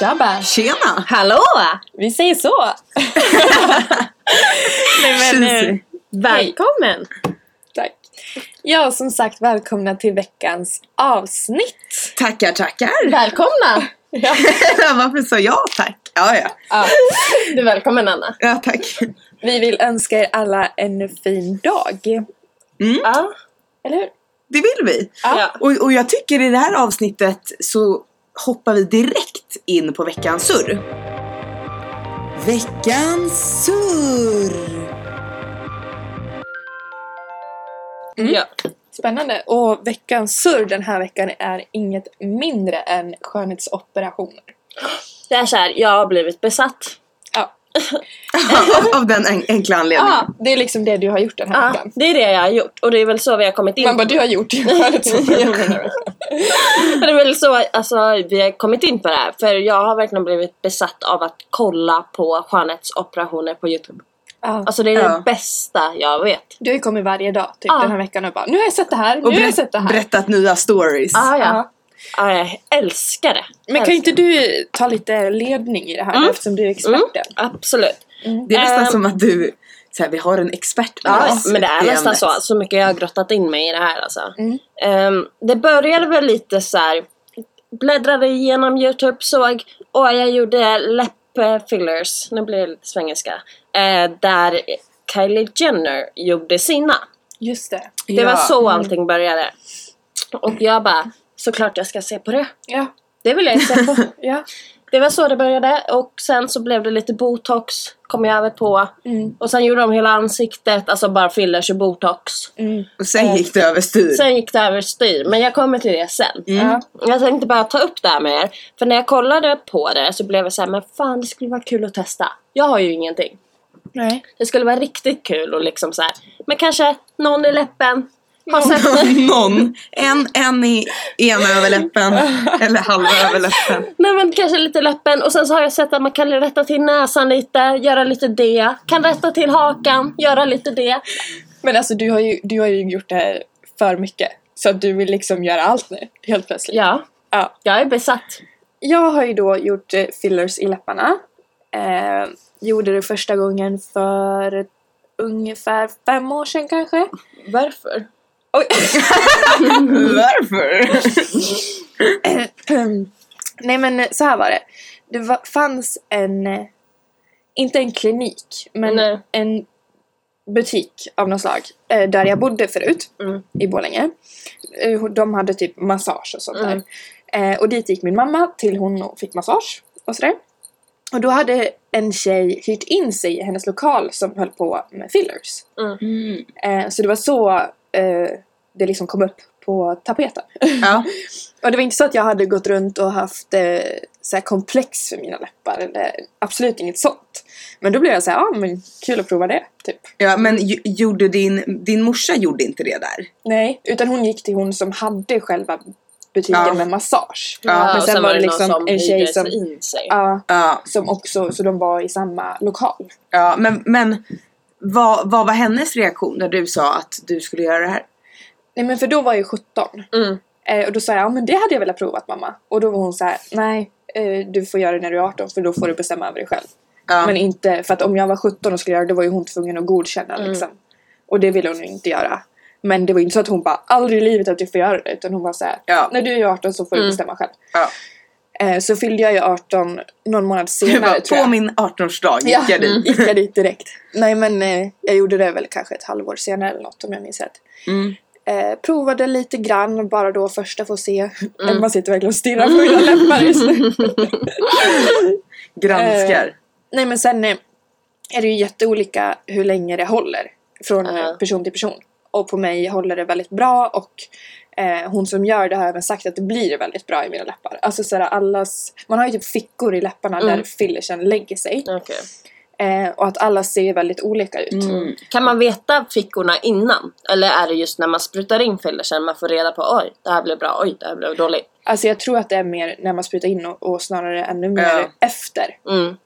Tjabba! Tjena! Hallå! Vi säger så! Nej, men, eh, Tjusig. välkommen! Tack! Ja, som sagt, välkomna till veckans avsnitt! Tackar, tackar! Välkomna! Ja, Varför sa jag tack? Ja, ja. ja. Du är välkommen Anna. ja tack. Vi vill önska er alla en fin dag. Mm, Ja. Eller hur? det vill vi. ja. Och, och jag tycker i det här avsnittet så hoppar vi direkt in på veckans surr. Veckans surr! Mm. ja. Spännande! Och veckans surr den här veckan är inget mindre än skönhetsoperationer. Det är så här, jag har blivit besatt. av, av den en, enkla anledningen. Ja, Det är liksom det du har gjort den här ja, veckan. det är det jag har gjort och det är väl så vi har kommit in Man bara, du har gjort dina skönhetsoperationer den här veckan. Det är väl så alltså, vi har kommit in på det här för jag har verkligen blivit besatt av att kolla på skönhetsoperationer på youtube. Ja. Alltså det är Ja. det bästa jag vet. Du har ju kommit varje dag typ Ja. den här veckan och bara, nu har jag sett det här, nu Och har jag berätt- sett det här. berättat nya stories. Ah, ja. Ja. Ah, jag älskar det. Men kan inte du ta lite ledning i det här Mm. då, eftersom du är experten? Absolut. Det är nästan Ehm. som att du, så här, vi har en expert med Ja, oss. men det är i nästan ämnet. så. alltså. Så mycket jag har grottat in mig i det här alltså. Mm. Ehm, det började väl lite så här. Bläddrade igenom Youtube, såg. Och jag gjorde läppfillers. Nu blir det lite svengelska. Eh, där Kylie Jenner gjorde sina. Just det. Det var Ja. så allting började. Och jag bara, såklart jag ska se på det. Ja. Det vill jag se på. ja. det var så det började. Och sen så blev det lite botox. Kom jag över på. Mm. Och sen gjorde de hela ansiktet. Alltså bara fillers och botox. Mm. Och sen gick det Typ. överstyr. Sen gick det överstyr, men jag kommer till det sen. Mm. Ja. Jag tänkte bara ta upp det här med er, för när jag kollade på det så blev jag så här, men fan det skulle vara kul att testa. Jag har ju ingenting. Nej. Det skulle vara riktigt kul och liksom så här, men kanske någon i läppen har sett mig. Någon. En, en i ena överläppen. Eller halva överläppen. Nej men kanske lite läppen och sen så har jag sett att man kan rätta till näsan lite, göra lite det. Kan rätta till hakan, göra lite det. Men alltså du har, ju, du har ju gjort det här för mycket. Så att du vill liksom göra allt nu, helt plötsligt. Ja, Ja. jag är besatt. Jag har ju då gjort eh, fillers i läpparna. Eh, gjorde det första gången för ungefär fem år sedan kanske. Varför? Oj. Varför? Nej men eh, så här var det. Det va- fanns en, eh, inte en klinik, men Nej. en butik av något slag eh, där jag bodde förut Mm. i Borlänge. Eh, De hade typ massage och sånt Mm. där. Eh, Och dit gick min mamma till hon och fick massage och sådär. Och då hade en tjej hyrt in sig i hennes lokal som höll på med fillers. Mm. Eh, Så det var så eh, det liksom kom upp på tapeten. Ja. Och det var inte så att jag hade gått runt och haft eh, så här komplex för mina läppar. Eller, absolut inget sånt. Men då blev jag så här, ja ah, men kul att prova det. Typ. ja, men ju- gjorde din, din morsa gjorde inte det där? Nej, utan hon gick till hon som hade själva butiken Ja. med massage. Ja, men och sen var det någon liksom en tjej hyrde som- in sig. Ja, Ja. som också, så de var i samma lokal. ja men, men vad, vad var hennes reaktion när du sa att du skulle göra det här? Nej men för då var jag ju 17. Mm. Eh, och då sa jag, ja men det hade jag velat provat mamma. Och då var hon så här, nej eh, du får göra det när du är 18 för då får du bestämma över dig själv. Ja. Men inte, för att om jag var 17 och skulle göra det, då var ju hon tvungen att godkänna Mm. liksom. Och det ville hon ju inte göra. Men det var ju inte så att hon bara, aldrig i livet att du får göra det. Utan hon var såhär, Ja. när du är 18 så får du Mm. bestämma själv. Ja. Eh, så fyllde jag ju 18 någon månad Du senare bara, tror jag. på min 18-årsdag gick Ja. jag dit. Gick jag dit direkt. Nej men eh, jag gjorde det väl kanske ett halvår senare eller något om jag minns rätt. Mm. Eh, provade lite grann bara då första får se. Mm. Man sitter verkligen och stirrar på mina läppar just nu. Granskar. Nej men sen eh, är det ju jätteolika hur länge det håller från eh, Ja. person till person. Och på mig håller det väldigt bra och eh, hon som gör det har även sagt att det blir väldigt bra i mina läppar. Alltså såhär allas, man har ju typ fickor i läpparna Mm. där fillersen lägger sig. Okej. Eh, och att alla ser väldigt olika ut. Mm. Kan man veta fickorna innan? Eller är det just när man sprutar in fillersen man får reda på oj, det här blev bra, oj, det här blev dåligt. Alltså jag tror att det är mer när man sprutar in och, och snarare ännu mer Ja. efter. Mm.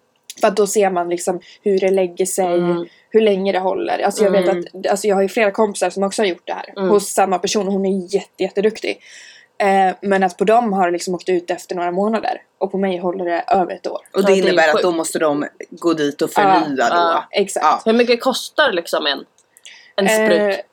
För att då ser man liksom hur det lägger sig, Mm. hur länge det håller. Alltså jag, vet att, alltså jag har ju flera kompisar som också har gjort det här Mm. hos samma person och hon är jätte, jätteduktig. Eh, men att på dem har det liksom åkt ut efter några månader och på mig håller det över ett år. Och Ja, det det är innebär att sjukt. då måste de gå dit och förnya Ja, då. ja, Exakt. Ja. Hur mycket kostar liksom en, en sprut? Eh,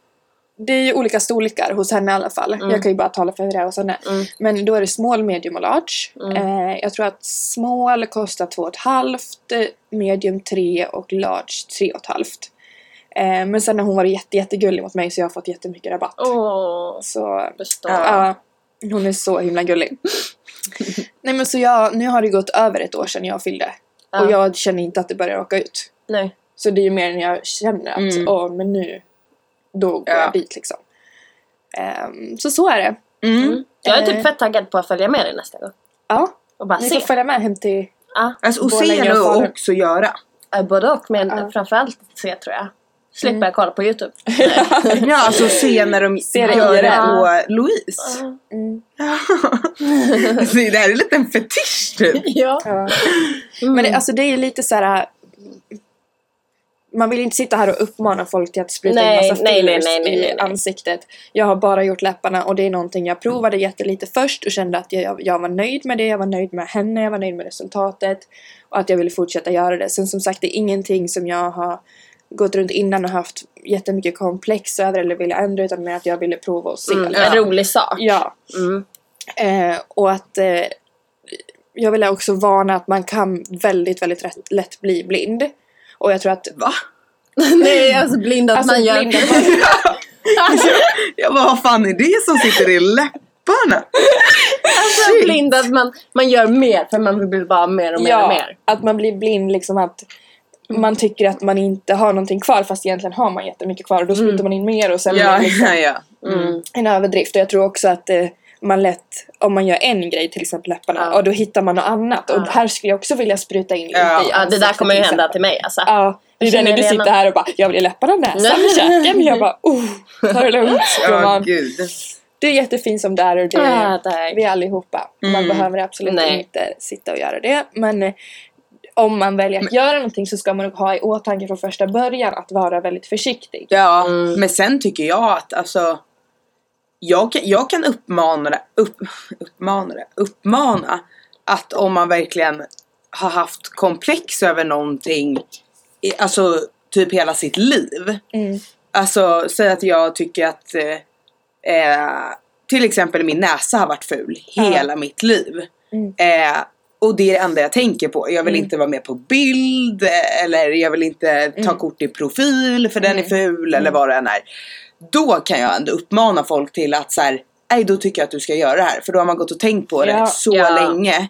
det är ju olika storlekar hos henne i alla fall. Jag kan ju bara tala för hur det är hos henne. Mm. Men då är det small, medium och large. Eh, jag tror att small kostar 2,5, medium 3 och large 3,5. Eh, men sen har hon varit jätte, jättegullig mot mig så jag har fått jättemycket rabatt. Åh, Så består. ja, hon är så himla gullig. Nej men så jag, nu har det gått över ett år sedan jag fyllde. Ja. Och jag känner inte att det börjar åka ut. Nej. Så det är ju mer när jag känner att Mm. åh men nu, då går Ja. jag dit liksom. Ehm, så så är det. Mm. Mm. Jag är Eh. typ fett taggad på att följa med dig nästa gång. Ja, Och bara ni se. kan följa med hem till... Ja. Alltså, och Borlänge se och nu och Falun. också göra. Eh, Både och, men Ja. Mm. framförallt se tror jag. Slipper jag kolla på YouTube. Ja, alltså se när de Se det gör det IRL. på Louise. Mm, Så det här är en liten fetisch typ. ja. ja. Mm. Men det, alltså det är ju lite så här. äh, Man vill inte sitta här och uppmana folk till att spruta Nej, in massa nej, nej, fillers nej, nej, nej, i nej. ansiktet. Jag har bara gjort läpparna och det är någonting jag provade jättelite först och kände att jag, jag var nöjd med det, jag var nöjd med henne, jag var nöjd med resultatet och att jag ville fortsätta göra det. Sen som sagt, det är ingenting som jag har gått runt innan och haft jättemycket komplex över eller ville ändra utan mer att jag ville prova och se. Mm, Ja. En rolig sak. Ja. Mm. Eh, och att eh, jag vill också varna att man kan väldigt, väldigt rätt, lätt bli blind. Och jag tror att... Va? Nej, alltså blind att Alltså man gör... blind, man, Jag bara, vad fan är det som sitter i läpparna? Alltså blind att man, man gör mer för man vill bara ha mer och mer och ja, mer. att man blir blind liksom att man tycker att man inte har någonting kvar fast egentligen har man jättemycket kvar och då sprutar man in mer och sen blir Ja, det liksom ja, ja. Mm. en överdrift. Och jag tror också att eh, man lätt, om man gör en grej, till exempel läpparna, Ja. och då hittar man något annat. Och Ja. här skulle jag också vilja spruta in lite Ja. i Ja, det där ansiktet, kommer ju till hända exempel. till mig alltså. Ja, det är Jag den när känner du det sitter när- här och bara jag vill läpparna, näsan och käken. Jag bara oh, ta det lugnt Ja, gumman. gud. Du är jättefin som du är och det Ah, är tack. vi allihopa. Man Mm. behöver absolut Nej. inte sitta och göra det. Men eh, om man väljer att göra någonting så ska man nog ha i åtanke från första början att vara väldigt försiktig. Ja, Mm. men sen tycker jag att alltså jag kan, jag kan uppmana, upp, uppmana, uppmana att om man verkligen har haft komplex över någonting, i, alltså typ hela sitt liv. Mm. Alltså säg att jag tycker att eh, eh, till exempel min näsa har varit ful hela mitt liv. Mm. Eh, och det är det enda jag tänker på. Jag vill Mm. inte vara med på bild eh, eller jag vill inte ta Mm. kort i profil för den är ful eller vad det än är. Då kan jag ändå uppmana folk till att så här, nej då tycker jag att du ska göra det här för då har man gått och tänkt på det Ja. Mm. så Ja. länge.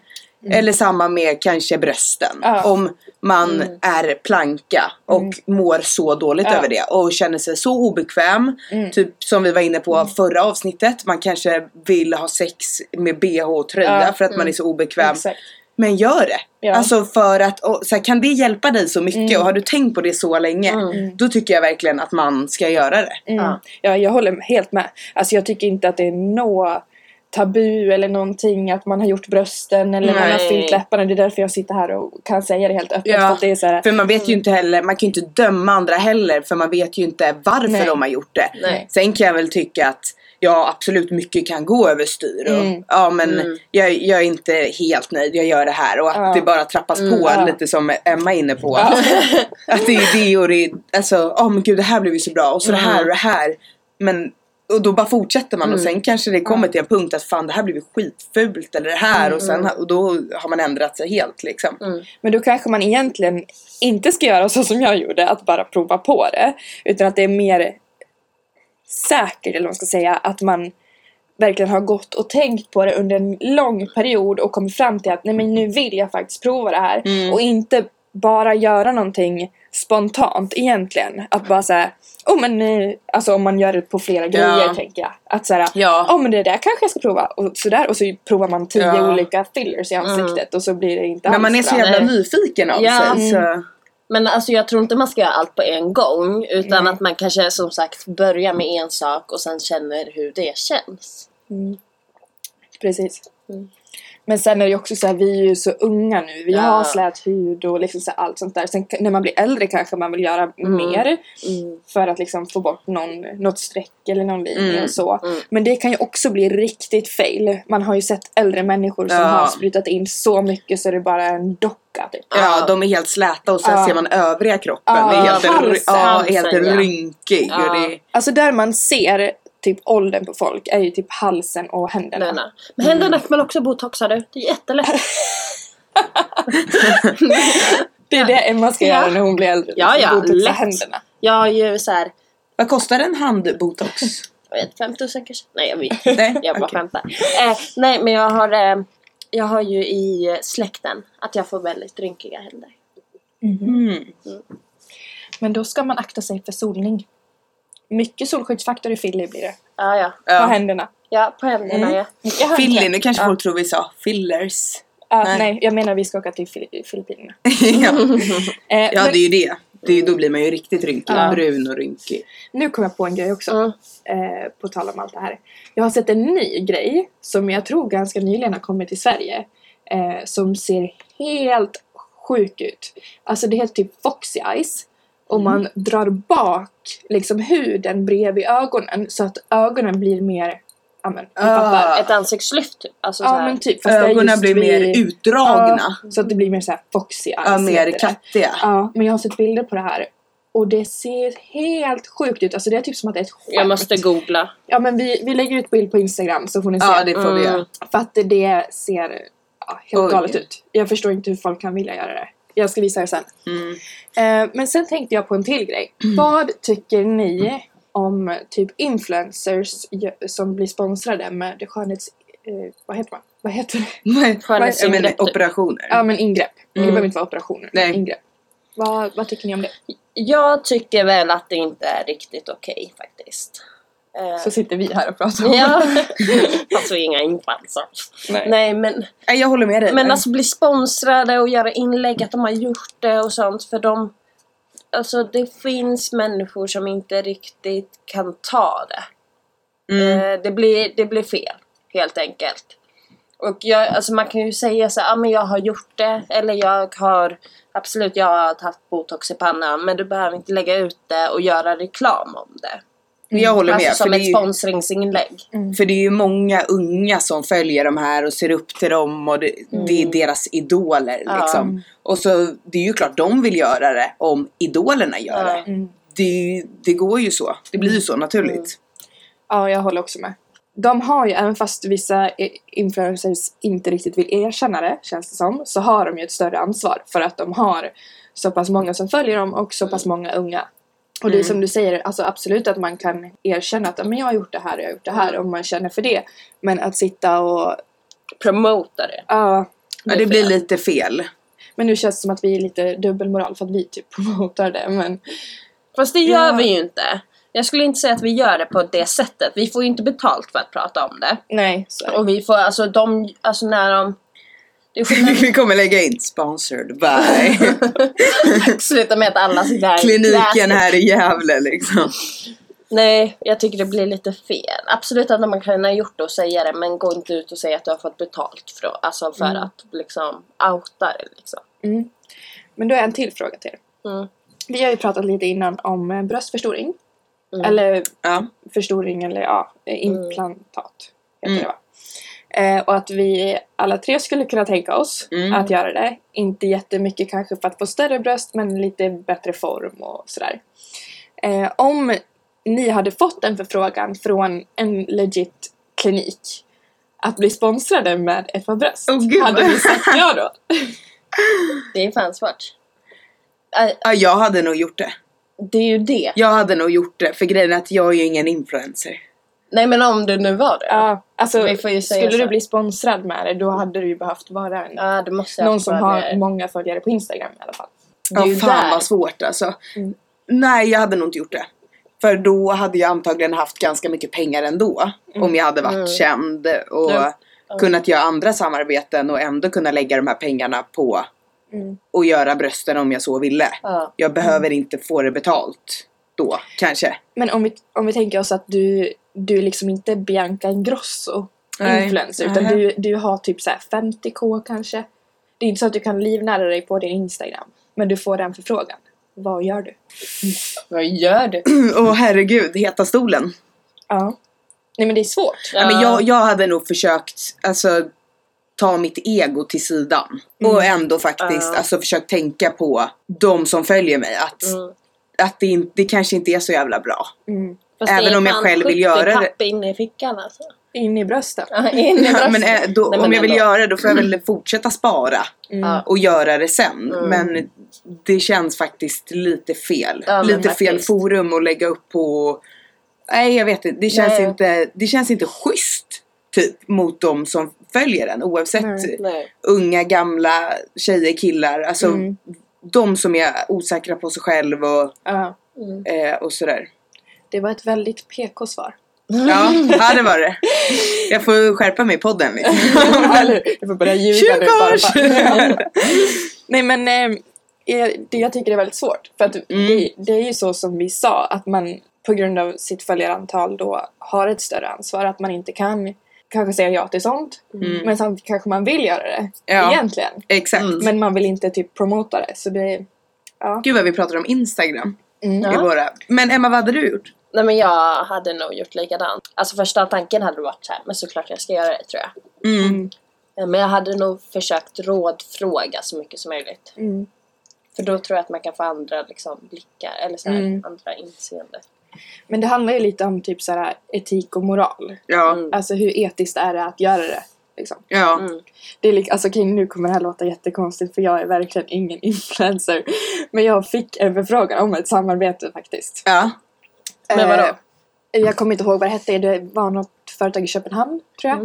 Eller samma med kanske brösten. Ja. Mm. Om man är planka och mår så dåligt Ja. över det och känner sig så obekväm. Mm. Typ som vi var inne på förra avsnittet. Man kanske vill ha sex med bh och tröja Ja. Mm. för att man är så obekväm. Exakt. Men gör det! Ja. Alltså för att, och, så här, kan det hjälpa dig så mycket Mm. och har du tänkt på det så länge Mm. då tycker jag verkligen att man ska göra det. Mm. Ja. Ja. jag håller helt med. Alltså jag tycker inte att det är nå tabu eller någonting att man har gjort brösten eller man har Nej. fyllt läpparna. Det är därför jag sitter här och kan säga det helt öppet. Ja. För att det är så här, Mm. För man vet ju inte heller, man kan ju inte döma andra heller för man vet ju inte varför Nej. de har gjort det. Nej. Sen kan jag väl tycka att ja absolut mycket kan gå överstyr och Mm. ja men Mm. jag, jag är inte helt nöjd, jag gör det här och att Ja. Mm, det bara trappas på ja. lite som Emma är inne på. Ja. att det är det och det är, alltså åh men gud det här blev ju så bra och så det Mm. här och det här. Men och då bara fortsätter man och sen kanske det kommer till en punkt att fan det här blev ju skitfult eller det här och Mm. sen och då har man ändrat sig helt liksom. Men då kanske man egentligen inte ska göra så som jag gjorde, att bara prova på det. Utan att det är mer säkert, eller vad man ska säga, att man verkligen har gått och tänkt på det under en lång period och kommit fram till att nej men nu vill jag faktiskt prova det här. Mm. Och inte bara göra någonting spontant egentligen. Att bara säga oh men eh," alltså om man gör det på flera grejer tänker jag. Att såhär, Ja. oh men det där kanske jag ska prova och sådär och så provar man tio Ja. Mm. olika fillers i ansiktet och så blir det inte När alls man är så bra. jävla Nej. nyfiken av Ja. sig. Så. Men alltså jag tror inte man ska göra allt på en gång utan att man kanske som sagt börjar med en sak och sen känner hur det känns. Precis. Mm. Men sen är det ju också så här, vi är ju så unga nu. Vi Ja. har slät hud och liksom så här, allt sånt där. Sen k- när man blir äldre kanske man vill göra Mm. mer för att liksom få bort någon, något streck eller någon linje Mm. och så. Mm. Men det kan ju också bli riktigt fail. Man har ju sett äldre människor som Ja. har sprutat in så mycket så det bara är en docka typ. Ja, Ja. de är helt släta och sen Ja. ser man övriga kroppen. Ja, det är helt, halsen. ja, helt Halsen, ja. rynkig. Ja. Och det, Alltså där man ser typ åldern på folk är ju typ halsen och händerna. Händerna. Men händerna kan man också botoxa du. Mm. Det är jättelätt. Det är det Emma ska Ja. göra när hon blir äldre. Ja, liksom, ja, botoxa lätt. händerna. Jag har ju såhär, vad kostar en handbotox? jag vet, 5000 kanske? Nej jag vet Nej, Jag bara okej. skämtar. Eh, nej men jag har, eh, jag har ju i släkten att jag får väldigt rynkiga händer. Mm. Men då ska man akta sig för solning. Mycket solskyddsfaktor i filler blir det. Ja, ja. På Ja. händerna. Ja, på händerna Mm. ja. Mycket handkräm. Filler, nu kanske Ja. folk tror vi sa fillers. Ja, Nej. nej. jag menar vi ska åka till Fili- Filippinerna. ja. Eh, ja, men det är ju det. det är, då blir man ju riktigt rynkig. Ja. Brun och rynkig. Nu kom jag på en grej också. Mm. Eh, på tal om allt det här. Jag har sett en ny grej som jag tror ganska nyligen har kommit till Sverige. Eh, som ser helt sjuk ut. Alltså det heter typ Foxy Eyes. Mm. Och man drar bak liksom huden bredvid ögonen så att ögonen blir mer... Ja men, ni Ah. fattar. Ett ansiktslyft typ. Alltså, så Ja här. men typ. Fast det är Ögonen just blir vid- mer utdragna. Ja, så att det blir mer såhär Foxy Eyes. Ja, heter mer det. kattiga. Ja, men jag har sett bilder på det här. Och det ser helt sjukt ut. Alltså det är typ som att det är ett skämt. Jag måste googla. Ja men vi, vi lägger ut bild på Instagram så får ni se. Ja, det får vi Mm. göra. För att det ser ja, helt Oj. galet ut. Jag förstår inte hur folk kan vilja göra det. Jag ska visa er sen. Mm. Eh, men sen tänkte jag på en till grej. Vad tycker ni om typ influencers ju- som blir sponsrade med skönhets... Eh, vad heter man? Vad heter det? Mm. Jag menar Skönhetsingrepp, typ. operationer. Ja men ingrepp. Mm. Det behöver inte vara operationer. men Nej. Ingrepp. Vad, vad tycker ni om det? Jag tycker väl att det inte är riktigt okej faktiskt. Eh, Så sitter vi här och pratar om ja. Fast vi är inga influencers. det. Nej. Nej men, Nej, jag håller med dig. men där. alltså bli sponsrade och göra inlägg att de har gjort det och sånt för de Alltså det finns människor som inte riktigt kan ta det. mm. Eh, Det blir, det blir fel, helt enkelt. Och jag, alltså man kan ju säga så här, ah, men jag har gjort det, eller jag har absolut, jag har haft botox i pannan, men du behöver inte lägga ut det och göra reklam om det. Jag håller med. Alltså som för det ett är ju- Mm. sponsringsinlägg. För det är ju många unga som följer de här och ser upp till dem och det, det är deras idoler Ja. liksom. Och så det är ju klart de vill göra det om idolerna gör Ja. det. Mm. det. Det går ju så. Det blir ju så naturligt. Ja, jag håller också med. De har ju, även fast vissa i- influencers inte riktigt vill erkänna det, känns det som, så har de ju ett större ansvar för att de har så pass många som följer dem och så pass många unga. Och det är Mm. som du säger, alltså absolut att man kan erkänna att "Ja, men jag har gjort det här och jag har gjort det Mm. här om man känner för det. Men att sitta och, Promota det. ja, Ja, det blir lite fel. men nu känns det som att vi är lite dubbelmoral för att vi typ promotar det men Fast det gör Ja. vi ju inte. Jag skulle inte säga att vi gör det på det sättet. Vi får ju inte betalt för att prata om det. nej. Så. är det. Och vi får, alltså de, alltså när de... Det är skillnad. Vi kommer lägga in sponsored by Sluta med att alla sitter här i kliniken glasses. här i Gävle liksom. Nej, jag tycker det blir lite fel. Absolut att man kan ha gjort det och säga det men gå inte ut och säga att du har fått betalt för, alltså för Mm. att liksom outa det liksom. Mm. Men då är en till fråga till er. Mm. Vi har ju pratat lite innan om eh, bröstförstoring. Mm. Eller Ja. förstoring eller ja, eh, implantat heter Mm. det va? Eh, och att vi alla tre skulle kunna tänka oss Mm. att göra det. Inte jättemycket kanske för att få större bröst men lite bättre form och sådär. Eh, om ni hade fått en förfrågan från en legit klinik att bli sponsrade med ett par bröst. Åh, gud. hade ni sagt ja då? Det är fan svårt. Äh, ja, jag hade nog gjort det. Det är ju det. Jag hade nog gjort det. För grejen är att jag är ju ingen influencer. Nej men om du nu var det. Ja, alltså Vi får ju säga skulle så. du bli sponsrad med det då hade du ju behövt vara en, Ja, det måste jag någon som vara har med. många följare på Instagram i alla fall. är Ja, ju fan där. vad svårt alltså. Mm. Nej, jag hade nog inte gjort det. För då hade jag antagligen haft ganska mycket pengar ändå. Om jag hade varit Mm. känd och Ja. kunnat göra andra samarbeten och ändå kunna lägga de här pengarna på Mm. och göra brösten om jag så ville. Ja. Mm. Jag behöver inte få det betalt då, kanske. Men om vi, om vi tänker oss att du, du är liksom inte Bianca Ingrosso Nej. influencer utan Nej. du, du har typ såhär 50k kanske. Det är inte så att du kan livnära dig på din Instagram men du får den förfrågan. Vad gör du? Vad gör du? Åh Mm. herregud, heta stolen. Ja. Nej men det är svårt. Ja. Men jag, jag hade nog försökt alltså, ta mitt ego till sidan. Och ändå faktiskt Ja. alltså, försökt tänka på de som följer mig. Att, Mm. att det, in, det kanske inte är så jävla bra. Mm. Fast Även det är om jag fan själv vill göra 70 det. papp inne i fickan alltså. In i brösten. Ja, In i bröstet. Men, eh, då, Nej, men om jag vill ändå. göra det då får jag väl fortsätta spara. Mm. Ja. Och göra det sen. Mm. Men det känns faktiskt lite fel. Ja, men lite fel faktiskt. forum att lägga upp på. Nej jag vet inte. Det känns, Nej. inte, det känns inte schysst. Typ mot de som följer den oavsett Nej. Nej. unga, gamla, tjejer, killar. Alltså Mm. de som är osäkra på sig själv och, Ja. Mm. eh, och sådär. Det var ett väldigt PK-svar. Ja, ja det var det. Jag får skärpa mig i podden liksom. Jag får börja ljuga nu bara. Tjugokors! för- Nej men eh, eh, det jag tycker det är väldigt svårt. För att Mm. det, det är ju så som vi sa att man på grund av sitt följarantal då har ett större ansvar. Att man inte kan kanske säga ja till sånt. Mm. Men samtidigt kanske man vill göra det Ja. egentligen. Exakt. Mm. Men man vill inte typ promota det. Så det ja. Gud vad vi pratar om Instagram. Mm. I Ja. våra. Men Emma vad hade du gjort? Nej men jag hade nog gjort likadant. Alltså första tanken hade varit så här, men såklart jag ska göra det tror jag. Mm. Mm. Eh, Men jag hade nog försökt rådfråga så mycket som möjligt. Mm. För då tror jag att man kan få andra liksom, blickar eller så här, Mm. andra inseende. Men det handlar ju lite om typ så här etik och moral. Ja, Mm. Alltså hur etiskt är det att göra det? Liksom. ja. Mm. Det är lik, alltså okej, nu kommer det här låta jättekonstigt för jag är verkligen ingen influencer. Men jag fick en förfrågan om ett samarbete faktiskt. Ja. Men vadå? Eh, jag kommer inte ihåg vad det hette, det var något företag i Köpenhamn tror jag.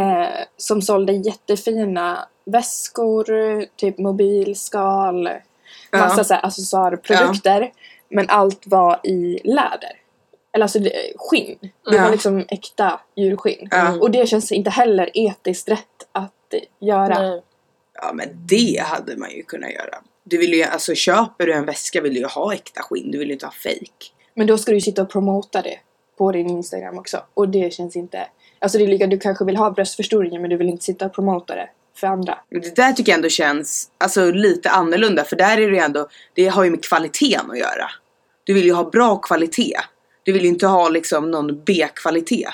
Eh, som sålde jättefina väskor, typ mobilskal, Ja. massa så här accessoarprodukter. Men allt var i läder. Eller alltså det- skinn. Det Ja. var liksom äkta djurskinn. Ja. Och det känns inte heller etiskt rätt att eh, göra. Nej. ja men det hade man ju kunnat göra. Du vill ju, alltså köper du en väska vill du ju ha äkta skinn, du vill ju inte ha fake. Men då ska du ju sitta och promota det på din Instagram också. Och det känns inte... Alltså det är lika, du kanske vill ha bröstförstoringen men du vill inte sitta och promota det för andra. Men Det där tycker jag ändå känns alltså, lite annorlunda för där är det ju ändå, det har ju med kvaliteten att göra. Du vill ju ha bra kvalitet. Du vill ju inte ha liksom någon B-kvalitet.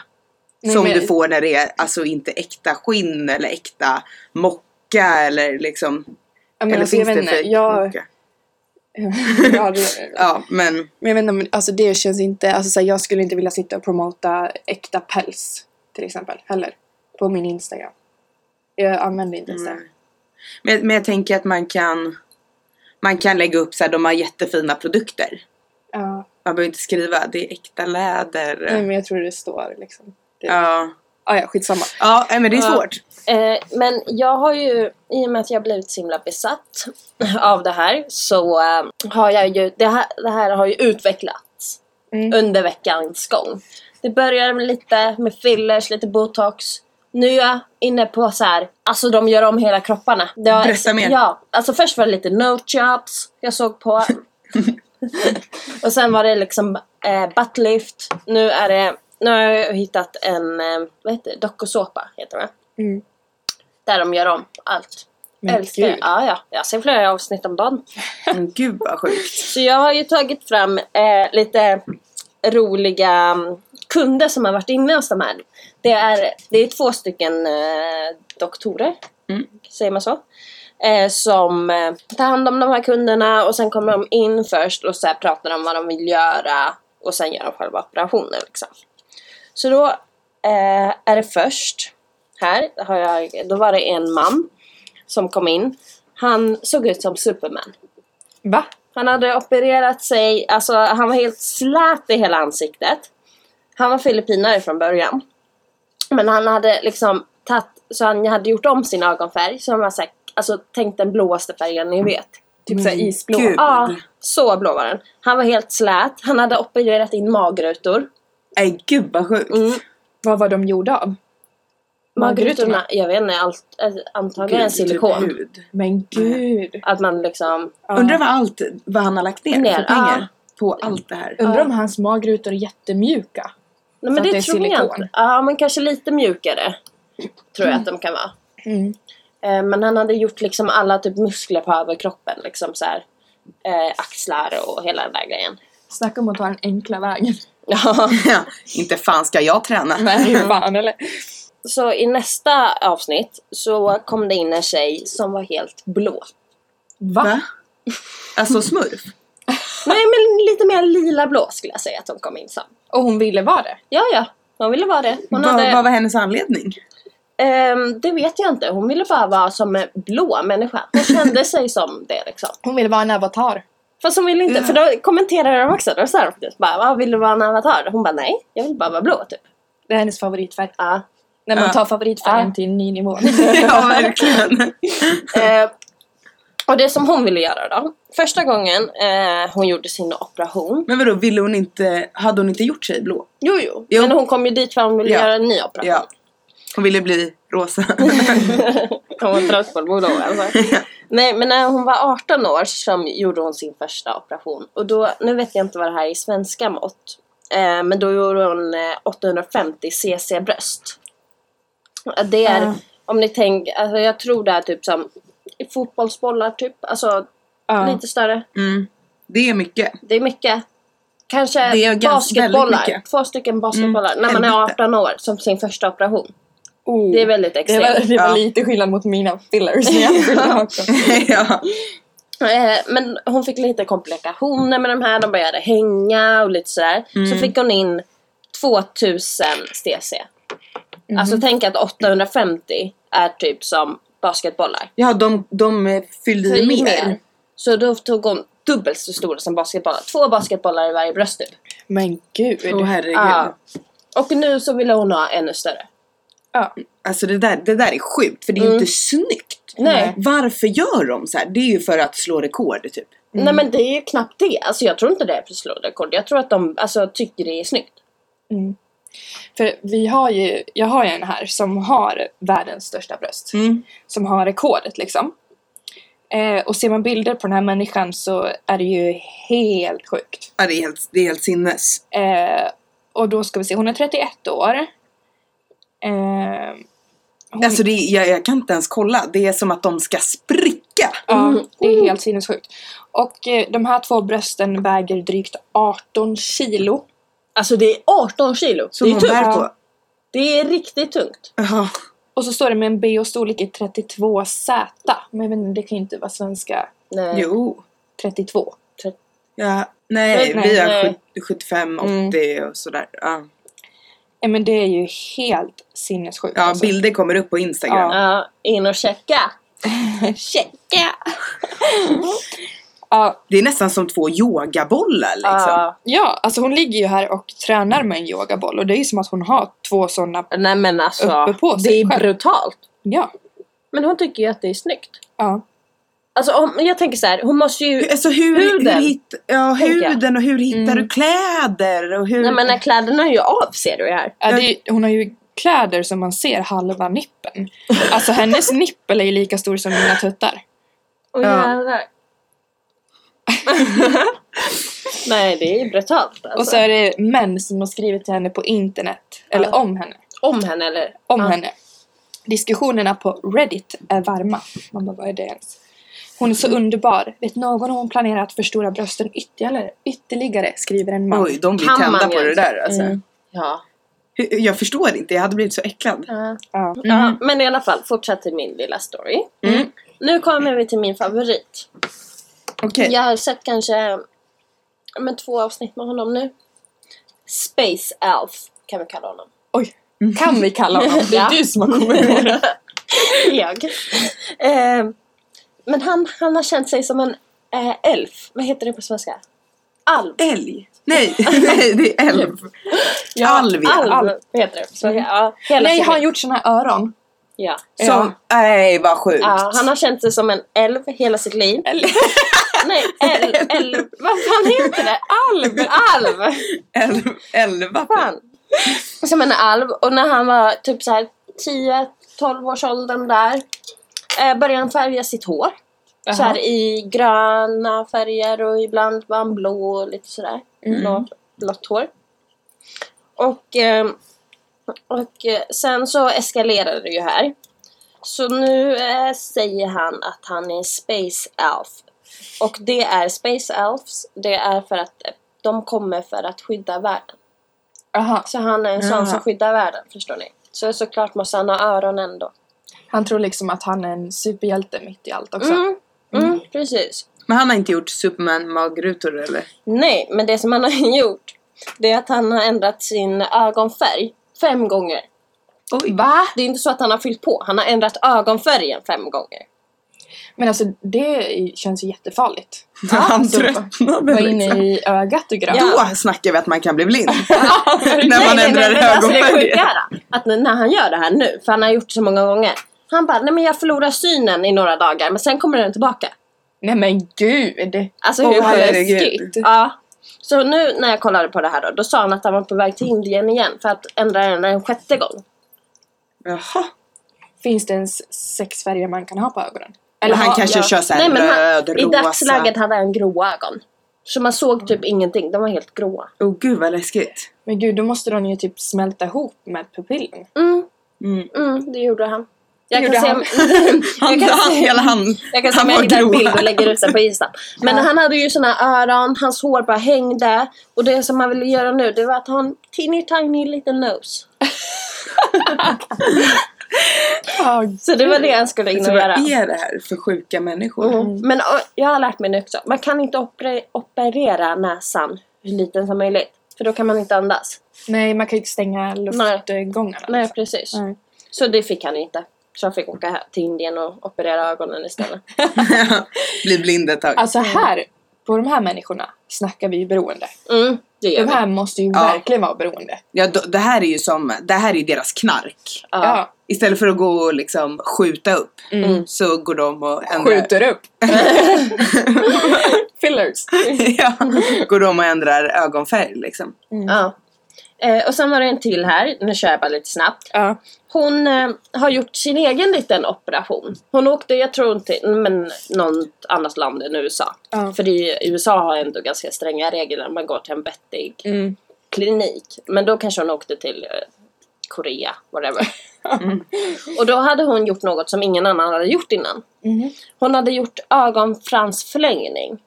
Nej, som men- du får när det är alltså inte äkta skinn eller äkta mocka eller liksom. Ja, men eller alltså, jag finns vet inte, det fake jag... mocka? ja, det, Ja men men jag vet inte, om- alltså det känns inte... Alltså så här, jag skulle inte vilja sitta och promota äkta päls till exempel heller. På min Instagram. Jag använder inte ens det. Nej. Men, men jag tänker att man kan Man kan lägga upp så här, de har jättefina produkter. Ja, Man behöver inte skriva, det är äkta läder. nej, men jag tror det står liksom. Det, ja. Ja. Ah, ja, skitsamma. Ja, nej, men det är Ja. svårt. Eh, men jag har ju, i och med att jag blivit så himla besatt av det här så eh, har jag ju, det här, det här har ju utvecklats Mm. under veckans gång. Det började med lite med fillers, lite botox. Nu är jag inne på så här, alltså de gör om hela kropparna. Det har- Berätta mer. Ja, alltså först var det lite no jobs jag såg på. Och sen var det liksom eh, buttlift. Nu är det, nu har jag hittat en, eh, vad heter det, dokusåpa heter det va? Mm. Där de gör om allt. Men Älskar det. gud. Ja, ja. Jag ser flera avsnitt om dagen. Men gud vad sjukt. Så jag har ju tagit fram eh, lite roliga mm, kunder som har varit inne hos de här. Det är, det är två stycken eh, doktorer, Mm. säger man så? Eh, som eh, tar hand om de här kunderna och sen kommer de in först och så här pratar om vad de vill göra och sen gör de själva operationen. Liksom. Så då eh, är det först här, har jag, då var det en man som kom in. Han såg ut som Superman. Va? Han hade opererat sig, alltså han var helt slät i hela ansiktet. Han var filippinare från början. Men han hade liksom tagit, så han hade gjort om sin ögonfärg. Så han var såhär, alltså tänk den blåaste färgen ni vet. Typ såhär isblå. Gud. Ja, så blå var den. Han var helt slät, han hade opererat in magrutor. Nej gud vad sjukt. Mm. Vad var de gjorda av? Magrutorna, jag vet inte, allt, eh, antagligen Gud, silikon. Typ hud. Men gud! Att man liksom, Ja. Undrar vad, allt, vad han har lagt ner, Ner, för pengar ja. på allt det här. Undrar om hans magrutor är jättemjuka. Nej, Så men att det, det är tror jag silikon. inte. Ja, men kanske lite mjukare. Tror jag att de kan vara. Mm. Eh, men han hade gjort liksom alla typ muskler på överkroppen. Liksom så här, eh, axlar och hela den där grejen. Snacka om att ta den enkla vägen. Ja. Ja, inte fan ska jag träna. Nej, fan eller? Så i nästa avsnitt så kom det in en tjej som var helt blå. Va? Va? Alltså smurf? Nej men lite mer lila blå skulle jag säga att hon kom in som. Och hon ville vara det. Ja ja, hon ville vara det. Hon Vad hade, vad var hennes anledning? ehm, det vet jag inte, hon ville bara vara som en blå människa. Hon kände sig som det liksom. Hon ville vara en avatar. Fast hon ville inte, för då kommenterade de också. De sa faktiskt bara, "Vad, vill du vara en avatar? Hon bara nej, jag vill bara vara blå typ. Det är hennes favoritfärg. Ja. När Ja. man tar favoritfärgen Ja. till en ny nivå. ja, verkligen. Eh, och det som hon ville göra då. Första gången eh, hon gjorde sin operation. Men vadå, ville hon inte, hade hon inte gjort sig blå? Jo, jo. Jo. Men hon kom ju dit för att hon ville Ja. göra en ny operation. Ja. Hon ville bli rosa. Hon var trött på blod alltså. Nej men när hon var 18 år så gjorde hon sin första operation. Och då, nu vet jag inte vad det här är i svenska mått. Eh, men då gjorde hon eh, 850 cc bröst. Eh, Det är, om ni tänker, alltså jag tror det är typ som i fotbollsbollar typ. Alltså Ja. lite större. Mm. Det är mycket. Det är mycket. Kanske Det är ganska- basketbollar. väldigt mycket. Två stycken basketbollar Mm, när man är helvete. 18 år som sin första operation. Oh. Det är väldigt det extremt. var, det var Ja. lite skillnad mot mina fillers. när jag fyllde också. ja. Eh, Men hon fick lite komplikationer med de här, de började hänga och lite sådär. Så Mm. fick hon in 2000 CC. Mm. Alltså tänk att 850 är typ som basketbollar. ja, de, de eh, fyllde i Typ mer. Så då tog hon dubbelt så stora som basketbollar. Två basketbollar i varje bröst typ. Men gud. Åh herregud. Ja. Och nu så ville hon ha ännu större. Alltså det där, det där är sjukt för det är ju inte snyggt. Mm. Nej. Varför gör de så här? Det är ju för att slå rekord typ. Nej men det är ju knappt det. Alltså jag tror inte det är för att slå rekord. Jag tror att de alltså, tycker det är snyggt. För vi har ju, jag har ju en här som har världens största bröst. Mm. Som har rekordet liksom. Eh, och ser man bilder på den här människan så är det ju helt sjukt. Ja, det är helt, det är helt sinnes. Eh, och då ska vi se, hon är 31 år. Eh, hon, Alltså det är, jag, jag kan inte ens kolla. Det är som att de ska spricka. ja, det är helt sinnessjukt. Och eh, de här två brösten väger drygt 18 kilo. Alltså det är 18 kilo. Som det är typ de bär tungt. på. Det är riktigt tungt. Ja. Och så står det med en BH-storlek i 32Z. Men jag vet inte, det kan ju inte vara svenska Nej. Jo. 32. Ja. Nej, Nej, vi nej. Mm. har sjut- 75, 80 och sådär. Ja, Eh, men det är ju helt sinnessjukt. ja alltså. bilder kommer upp på Instagram. Ja, in och checka. Checka! ja, Det är nästan som två yogabollar liksom. Ja. ja, alltså hon ligger ju här och tränar med en yogaboll och det är ju som att hon har två sådana nej men alltså. uppe på sig det är själv. brutalt. Ja, Men hon tycker ju att det är snyggt. ja. Alltså om, jag tänker så här, hon måste ju... Alltså hur, Huden. hur, hitt, ja, Tänker jag. Mm. huden och hur hittar du kläder och hur... Nej men när kläderna är ju av ser du ju här. Ja, det är, hon har ju kläder som man ser halva nippen. Alltså hennes nippel är ju lika stor som mina tuttar. Och Ja. jävlar. nej det är brutalt alltså. Och så är det män som har skrivit till henne på internet. Eller om henne. Om henne eller? Om Ja. henne. Diskussionerna på Reddit är varma. Man bara, vad är det ens? Hon är Mm. så underbar. Vet någon om hon planerar att förstora brösten ytterligare? Ytterligare, skriver en man. Oj, de blir Kan man tända ju på det inte. där alltså. Mm. Ja. Hur- Jag förstår inte, jag hade blivit så äcklad. Ja. Ja. Mhm. ja. Men i alla fall, fortsätt till min lilla story. Mm. Nu kommer vi till min favorit. Okej. Mm. Jag har sett kanske ja, men två avsnitt med honom nu. Space Elf kan vi kalla honom. Mm. Kan vi kalla honom? Det Ja. är du som har kommit på det. jag. Eh, men han, han har känt sig som en eh, elf. Vad heter det på svenska? Alv. Älg? Nej, nej det är älv. Alv ja. Alv heter det på svenska. Ja, hela Mm. Nej, sin- har han gjort såna här öron? ja. Som, nej vad sjukt. Ja, han har känt sig som en elv hela sitt liv. Eller? Nej, elv, elv. Vad fan heter det? Alv! Alv! Älv, älva. Fan. Som en alv. Och när han var typ så här 10-12 års åldern där. Eh, började han färga sitt hår. Så här i gröna färger och ibland var han blå och lite sådär. Blå, blått hår. Och, eh, och eh, sen så eskalerade det ju här. Så nu eh, säger han att han är Space Elf. Och det är Space Elves, det är för att eh, de kommer för att skydda världen. Aha, Så han är en sån Jaha. som skyddar världen, förstår ni. Så såklart måste han ha öronen då. han tror liksom att han är en superhjälte mitt i allt också. Mm, mm, precis. Men han har inte gjort Superman magrutor eller? Nej, men det som han har gjort det är att han har ändrat sin ögonfärg fem gånger. Oj. Va? Det är inte så att han har fyllt på, han har ändrat ögonfärgen fem gånger. Men alltså det är- känns ju jättefarligt. han alltså, tröttnade Vad liksom. inne i ögat och grönt. Ja. Då snackar vi att man kan bli blind. När man Nej, nej, ändrar nej, men alltså det ögonfärg. sjuka är att när när han gör det här nu, för han har gjort det så många gånger. Han bara, nej men jag förlorar synen i några dagar men sen kommer den tillbaka. Nej men gud! Alltså Åh, hur vad sjukt? herregud. läskigt. Ja. Så nu när jag kollade på det här då, då sa han att han var på väg till Indien igen för att ändra den en sjätte gång. Jaha. Finns det ens sex färger man kan ha på ögonen? Eller han ha- kanske kör såhär Nej, men han- röd, I rosa. dagsläget hade han gråa ögon. Så man såg typ ingenting, de var helt gråa. Åh gud vad läskigt. Men gud, då måste de ju typ smälta ihop med pupillen. Mm, Mm. mm, det gjorde han. Jag gjorde kan, se, han. Han, jag kan han, se, hela han, jag kan se han om jag var hittar en grov. bild och lägger ut den på Insta. Men Ja. han hade ju såna öron, hans hår bara hängde. Och det som han ville göra nu det var att ha en teeny tiny liten nose. Så det var det han skulle in Så och göra. vad är det här för sjuka människor? Mm. Men ö, jag har lärt mig nu också. Man kan inte opera- operera näsan hur liten som möjligt. För då kan man inte andas. Nej, man kan ju inte stänga luftgångarna. Nej liksom. precis. Nej. Så det fick han inte. Så han fick åka här till Indien och operera ögonen istället. Bli blind ett tag. Alltså här, på de här människorna snackar vi ju beroende. Mm, det gör De vi. här måste ju Ja. verkligen vara beroende. Ja, d- det här är ju som, det här är deras knark. Ja. Ja. Istället för att gå och liksom skjuta upp Mm. så går de och ändrar, Skjuter upp. Fillers. ja, går de och ändrar ögonfärg liksom. Ja. Eh, och sen var det en till här, nu kör jag bara lite snabbt. Ja. Hon eh, har gjort sin egen liten operation. Hon åkte, jag tror inte, men något annat land än USA. Ja. För i USA har ändå ganska stränga regler när man går till en vettig Mm. klinik. Men då kanske hon åkte till eh, Korea, whatever. Mm. Och då hade hon gjort något som ingen annan hade gjort innan. Mhm. Hon hade gjort ögonfransförlängning.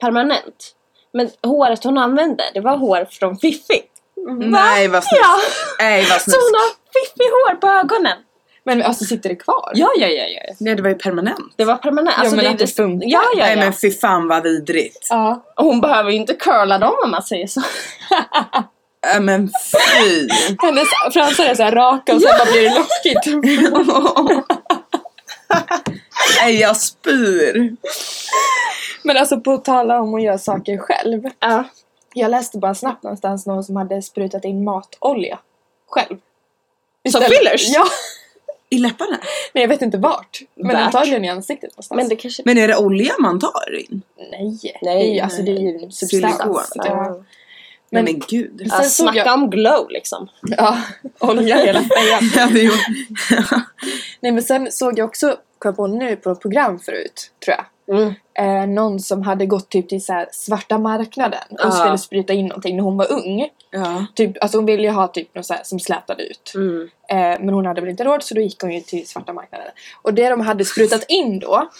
Permanent. Men håret hon använde, det var hår från Fifi. Nej vad snyggt. Ja! Nej vad Så snyggt. hon har Fifi hår på ögonen! Men alltså sitter det kvar? Ja, ja, ja, ja. Nej det var ju permanent. Det var permanent. Alltså, men det, att det funkar. Ja, ja, Nej ja. men fy fan vad vidrigt. Ja. Och Hon behöver ju inte curla dem om man säger så. Äh, men fy. Hennes fransar är såhär raka och sen bara blir det lockigt. Nej jag spyr. Men alltså på att tala om att göra saker själv. Ja. Jag läste bara snabbt någonstans någon som hade sprutat in matolja. Själv. Som fillers? Ja, I läpparna? men jag vet inte vart. Men Värt. antagligen i ansiktet någonstans. Men det kanske... Men är det olja man tar in? nej. Nej, det är ju, alltså det är ju en Silikon. substans. Ja. Ja. Men, Men- men gud. Ja, Sen såg snacka jag- om glow liksom. ja, olja hela fejan. Ja, det är ju- Nej men sen såg jag också, kom jag på nu på något program förut, tror jag. Mm. Eh, någon som hade gått typ till så här svarta marknaden och Ja. skulle spruta in någonting när hon var ung. ja. Typ, alltså hon ville ju ha typ något så här som slätade ut. Mm. Eh, men hon hade väl inte råd så då gick hon ju till svarta marknaden. Och det de hade sprutat in då,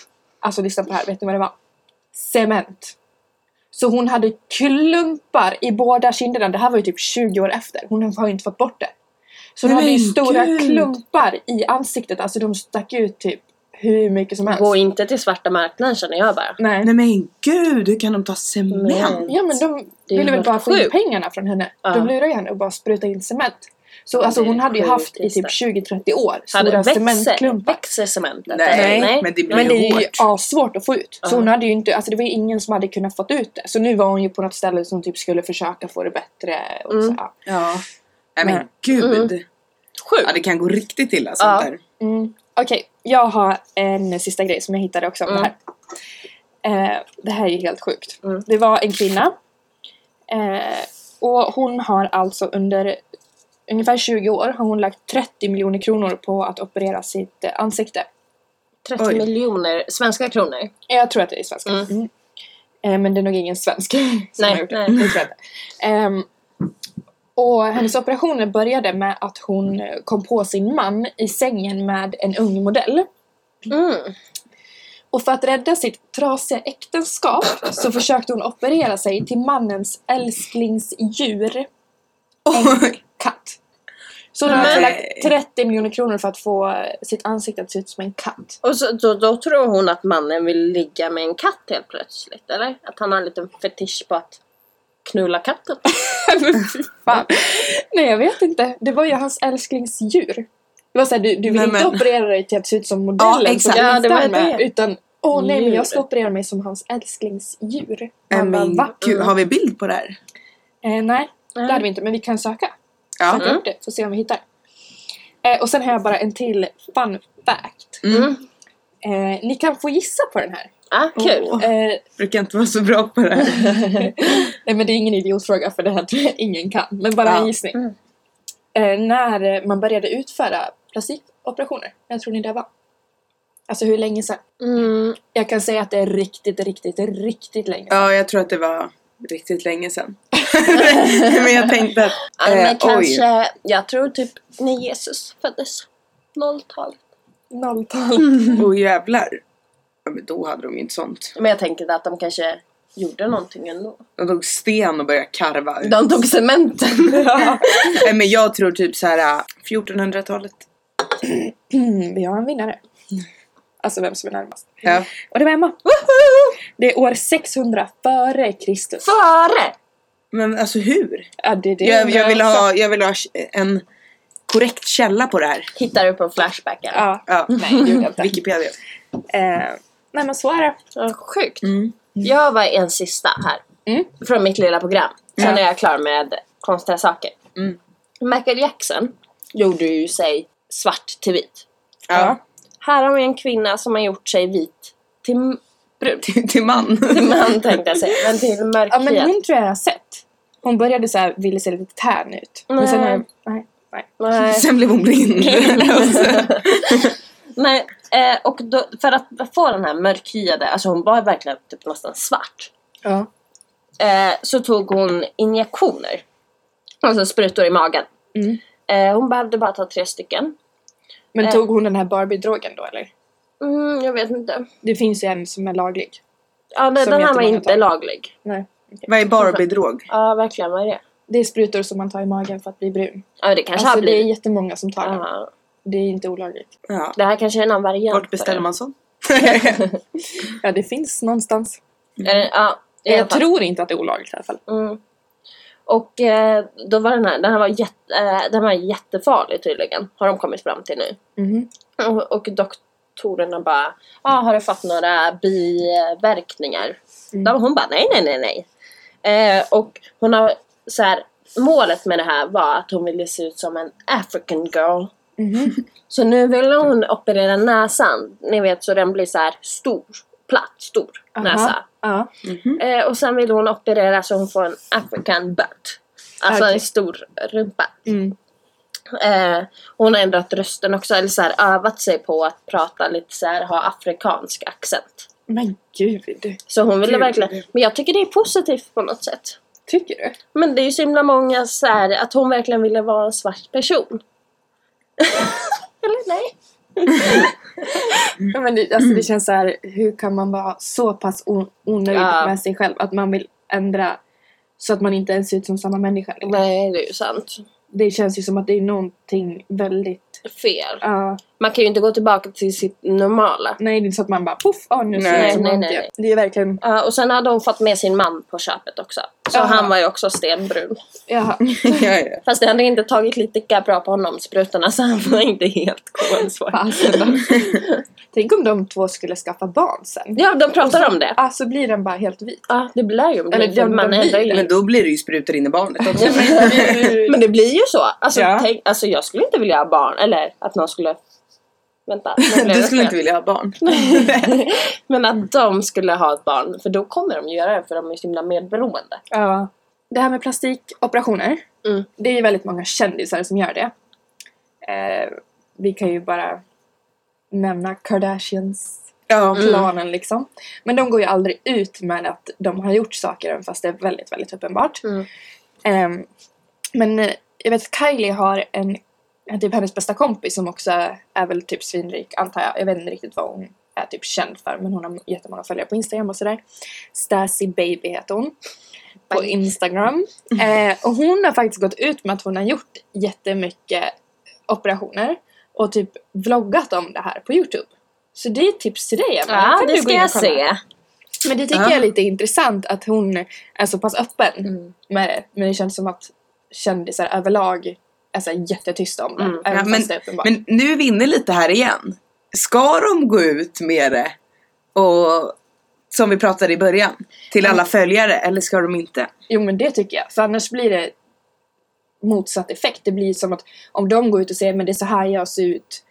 alltså lyssna på här, vet ni vad det var? Cement. Så hon hade klumpar i båda kinderna, det här var ju typ 20 år efter, hon har ju inte fått bort det. Så hon Nej, hade ju men stora gud. klumpar i ansiktet, alltså de stack ut typ hur mycket som helst. Gå inte till svarta marknaden känner jag bara. Nej. Nej men gud, hur kan de ta cement? Nej. Ja men de Det är ville väl helt bara få in sjukt. pengarna från henne. Ja. De lurade ju henne och bara sprutade in cement. Så Det alltså är hon hade ju sjukt, haft i just typ det. 20-30 år Hade stora växer, cementklumpar. växer cementet? Nej, eller? men det blir Men det ju är ju hårt. assvårt att få ut. Så Ja. hon hade ju inte, alltså det var ju ingen som hade kunnat fått ut det. Så nu var hon ju på något ställe som typ skulle försöka få det bättre. Och Mm. så, ja. Ja. Nej men Nej. gud. Sjukt! Ja, det kan gå riktigt illa sånt Ja. där. mm. Okej, jag har en sista grej som jag hittade också om Mm. det här. Eh, det här är ju helt sjukt. Mm. Det var en kvinna. Eh, och hon har alltså under ungefär 20 år har hon lagt 30 miljoner kronor på att operera sitt eh, ansikte. 30 Oj. miljoner svenska kronor. Jag tror att det är svenska. Mm. Mm. Eh, men det är nog ingen svensk som Nej, har gjort det. nej. det tror jag inte. Ehm, Och hennes operationer började med att hon eh, kom på sin man i sängen med en ung modell. Mm. Och för att rädda sitt trasiga äktenskap så försökte hon operera sig till mannens älsklingsdjur, Oj! katt. Så hon har Nej. lagt 30 miljoner kronor för att få sitt ansikte att se ut som en katt. Och så, då, då tror hon att mannen vill ligga med en katt helt plötsligt, eller? Att han har en liten fetisch på att knulla katten. Men fy Mm. fan. Nej jag vet inte. Det var ju hans älsklingsdjur. Det var såhär, du, du vill Nej, inte men- operera dig till att se ut som Ja, modellen som exakt. Ja, det var Instagram det. med. Utan, åh nej men Djur. jag ska operera mig som hans älsklingsdjur. Nej, Man bara, men va? gud, har vi bild på det här? Eh, nej, det hade vi inte. Men vi kan söka. Ja. Söka upp det, så se om vi hittar. Eh, och sen har jag bara en till fun fact. Mm. Mm. Eh, ni kan få gissa på den här. Ah, kul! Åh, Eh, brukar inte vara så bra på det här. nej men det är ingen idiotfråga för det här tror jag ingen kan. Men bara Ja. en gissning. Mm. Eh, när man började utföra plastikoperationer, när tror ni det var? Alltså hur länge sedan? Mm. Jag kan säga att det är riktigt, riktigt, riktigt länge sedan. Ja, jag tror att det var riktigt länge sedan. men jag tänkte att... Ja, men Eh, oj. kanske, jag tror typ när Jesus föddes. Nolltal. Nolltal. Åh oh, jävlar. Ja, men då hade de ju inte sånt. Men jag tänkte att de kanske gjorde någonting ändå. De tog sten och började karva ut. De tog cementen. Nej, men jag tror typ så här äh, 1400-talet. Mm, vi har en vinnare. Alltså vem som är närmast. Ja. Och det var Emma. Det är år 600 före Kristus. Före! Men alltså hur? Ja, det, är det Jag, jag, vill ha, jag vill ha en korrekt källa på det här. Mm. Hittar du på flashbacken? Ja, Ja. nej det gjorde jag inte. Wikipedia. Eh, nej men så är det. Ja, Sjukt. Mm. Jag var en sista här. Mm. Från mitt lilla program. Sen Ja. är jag klar med konstiga saker. Mm. Michael Jackson gjorde ju sig svart till vit. Ja. Här har vi en kvinna som har gjort sig vit till m- brun. Till, till man. Till man tänkte jag säga, men till Ja men mörkhyad. hon tror jag jag har sett. Hon började så här, ville se lite tärn ut. Men sen har jag, nej, nej. Nej. Sen blev hon blind. Nej, eh, och då, för att få den här mörkhyade, alltså hon var verkligen typ nästan svart. Ja. Eh, så tog hon injektioner. Alltså sprutor i magen. Mm. Eh, hon behövde bara ta tre stycken. Men Eh. tog hon den här Barbie-drogen då eller? Mm, jag vet inte. Det finns ju en som är laglig. Ja, det, Som den här var jättemånga inte tar. laglig. Nej. Vad är Barbie-drog? Ja, verkligen. Vad är det? Det är sprutor som man tar i magen för att bli brun. Ja, men det kanske alltså har det är blivit... jättemånga som tar den. Ja, Det är inte olagligt. Ja. det här kanske är en annan variant. Vart på det. beställer man sånt? Ja det finns någonstans. Är det, Mm. ja, i alla Jag fall. tror inte att det är olagligt i alla fall. Mm. Och eh, då var den här, den här var, jätte, eh, den var jättefarlig tydligen, har de kommit fram till nu. Mhm. Och, och doktorerna bara, ah, har du fått några biverkningar? Mm. Då, hon bara, nej nej nej nej. Eh, och hon har så här, målet med det här var att hon ville se ut som en African girl. Mhm. Så nu ville hon operera näsan, ni vet så den blir så här stor, platt, stor Aha. näsa. Ja. Eh, och sen vill hon operera så hon får en African butt. Alltså Okej. en stor rumpa. Mm. Eh, hon har ändrat rösten också, eller så här, övat sig på att prata lite så här, ha afrikansk accent. Men gud. Så hon ville Kul. verkligen, men jag tycker det är positivt på något sätt. Tycker du? Men det är ju så himla många så här, att hon verkligen ville vara en svart person. eller nej? Ja, men det, alltså, det känns så här, hur kan man vara så pass o- onöjd Ja. med sig själv att man vill ändra så att man inte ens ser ut som samma människa? liksom? Nej, det är ju sant. Det känns ju som att det är någonting väldigt... Fel. ja, Man kan ju inte gå tillbaka till sitt normala. nej, det är inte så att man bara poff, ah, nu ser Nej, jag ut som nej, något nej, jag- nej. Det är ju verkligen... Ja, och sen hade hon fått med sin man på köpet också. Så Jaha. han var ju också stenbrun. Jaha. ja, ja. Fast det hade inte tagit lika bra på honom, sprutorna, så han var inte helt kolsvart. Fasen då. Tänk om de två skulle skaffa barn sen. Ja, de pratar om det. Ah, så blir den bara helt vit. Ja, det blir ju om det. Eller för de- de man blir ändrar ju Men då blir det ju sprutor in i barnet också. Men det blir ju så. Alltså, Ja. tänk, alltså jag skulle inte vilja ha barn. Eller att någon skulle... Vänta. nu blev Du det skulle fel. inte vilja ha barn. Men att de skulle ha ett barn. För då kommer de ju göra det för de är så himla medberoende. Ja. Det här med plastikoperationer. Mm. Det är ju väldigt många kändisar som gör det. Eh, vi kan ju bara nämna Kardashians Ja. planen liksom. Men de går ju aldrig ut med att de har gjort saker även fast det är väldigt, väldigt uppenbart. Mm. Ehm, Men eh, jag vet att Kylie har en, en typ hennes bästa kompis som också är väl typ svinrik antar jag. Jag vet inte riktigt vad hon är typ känd för men hon har jättemånga följare på Instagram och sådär. Stacy Baby heter hon. På Instagram. Eh, och hon har faktiskt gått ut med att hon har gjort jättemycket operationer och typ vloggat om det här på Youtube. Så det är ett tips till dig Emma. Ja, Kan det du gå ska in och jag kolla? se. Men det tycker Ja. jag är lite intressant att hon är så pass öppen Mm. med det. Men det känns som att kändisar överlag är så här jättetysta om det. Mm. Även Ja, fast det är uppenbart. Men nu är vi inne lite här igen. Ska de gå ut med det? Och som vi pratade i början. Till alla följare eller ska de inte? Jo men det tycker jag. För annars blir det motsatt effekt. Det blir som att om de går ut och säger men det är så här jag ser ut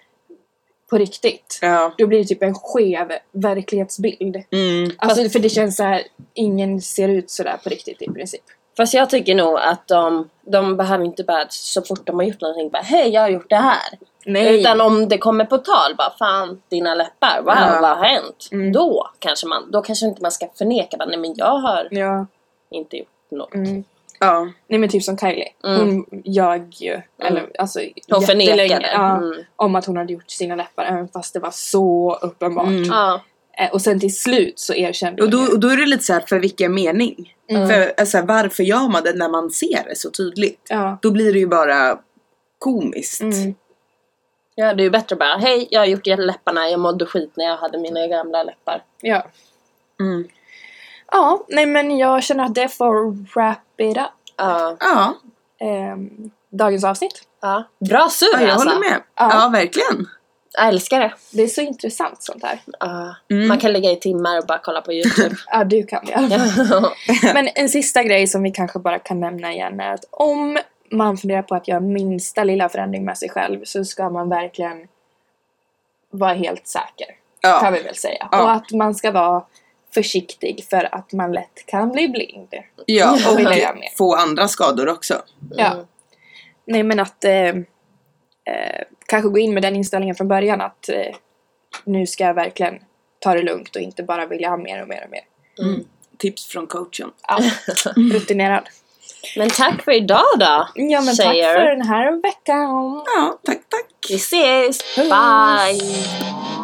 på riktigt. Ja. Då blir det typ en skev verklighetsbild. Mm. Alltså för det känns så här, ingen ser ut sådär på riktigt i princip. Fast jag tycker nog att de, de behöver inte bara så fort de har gjort någonting bara hej jag har gjort det här. Utan om det kommer på tal bara fan dina läppar, wow Ja. Mm. vad har hänt? Då kanske man, då kanske inte man ska förneka bara nej men jag har Ja. inte gjort något. Mm. Ja. Nej men typ som Kylie. Hon ljög ju. Eller alltså Mm. Hon jättelänge. förnekade. Ja. Mm. om att hon hade gjort sina läppar även fast det var så uppenbart. Ja. Eh, och sen till slut så erkände Och hon då, det. och då är det lite så här för vilken mening? Mm. För, alltså, varför gör man det när man ser det så tydligt? Ja. Då blir det ju bara komiskt. Mm. ja, det är ju bättre bara hej jag har gjort läpparna, jag mådde skit när jag hade mina gamla läppar. Ja. Mm. ja, nej men jag känner att det får wrap it up. Ja. Ja, ehm, dagens avsnitt. Ja. Bra sur ja, jag alltså! håller med. Ja, Ja. verkligen. Jag älskar det! Det är så intressant sånt här. Ja. Mm. Man kan ligga i timmar och bara kolla på youtube. Ja, du kan det i alla fall. ja. Men en sista grej som vi kanske bara kan nämna igen är att om man funderar på att göra minsta lilla förändring med sig själv så ska man verkligen vara helt säker. Kan Ja. vi väl säga. Ja. Och att man ska vara försiktig för att man lätt kan bli blind. ja, Jag håller jag med. och få andra skador också. Ja. Mm. Nej men att eh, eh, kanske gå in med den inställningen från början att eh, nu ska jag verkligen ta det lugnt och inte bara vilja ha mer och mer och mer. Tips från coachen. Ja, rutinerad. Men tack för idag då! Ja men tjejer. tack för den här veckan. Ja, tack tack. Vi ses! Bye!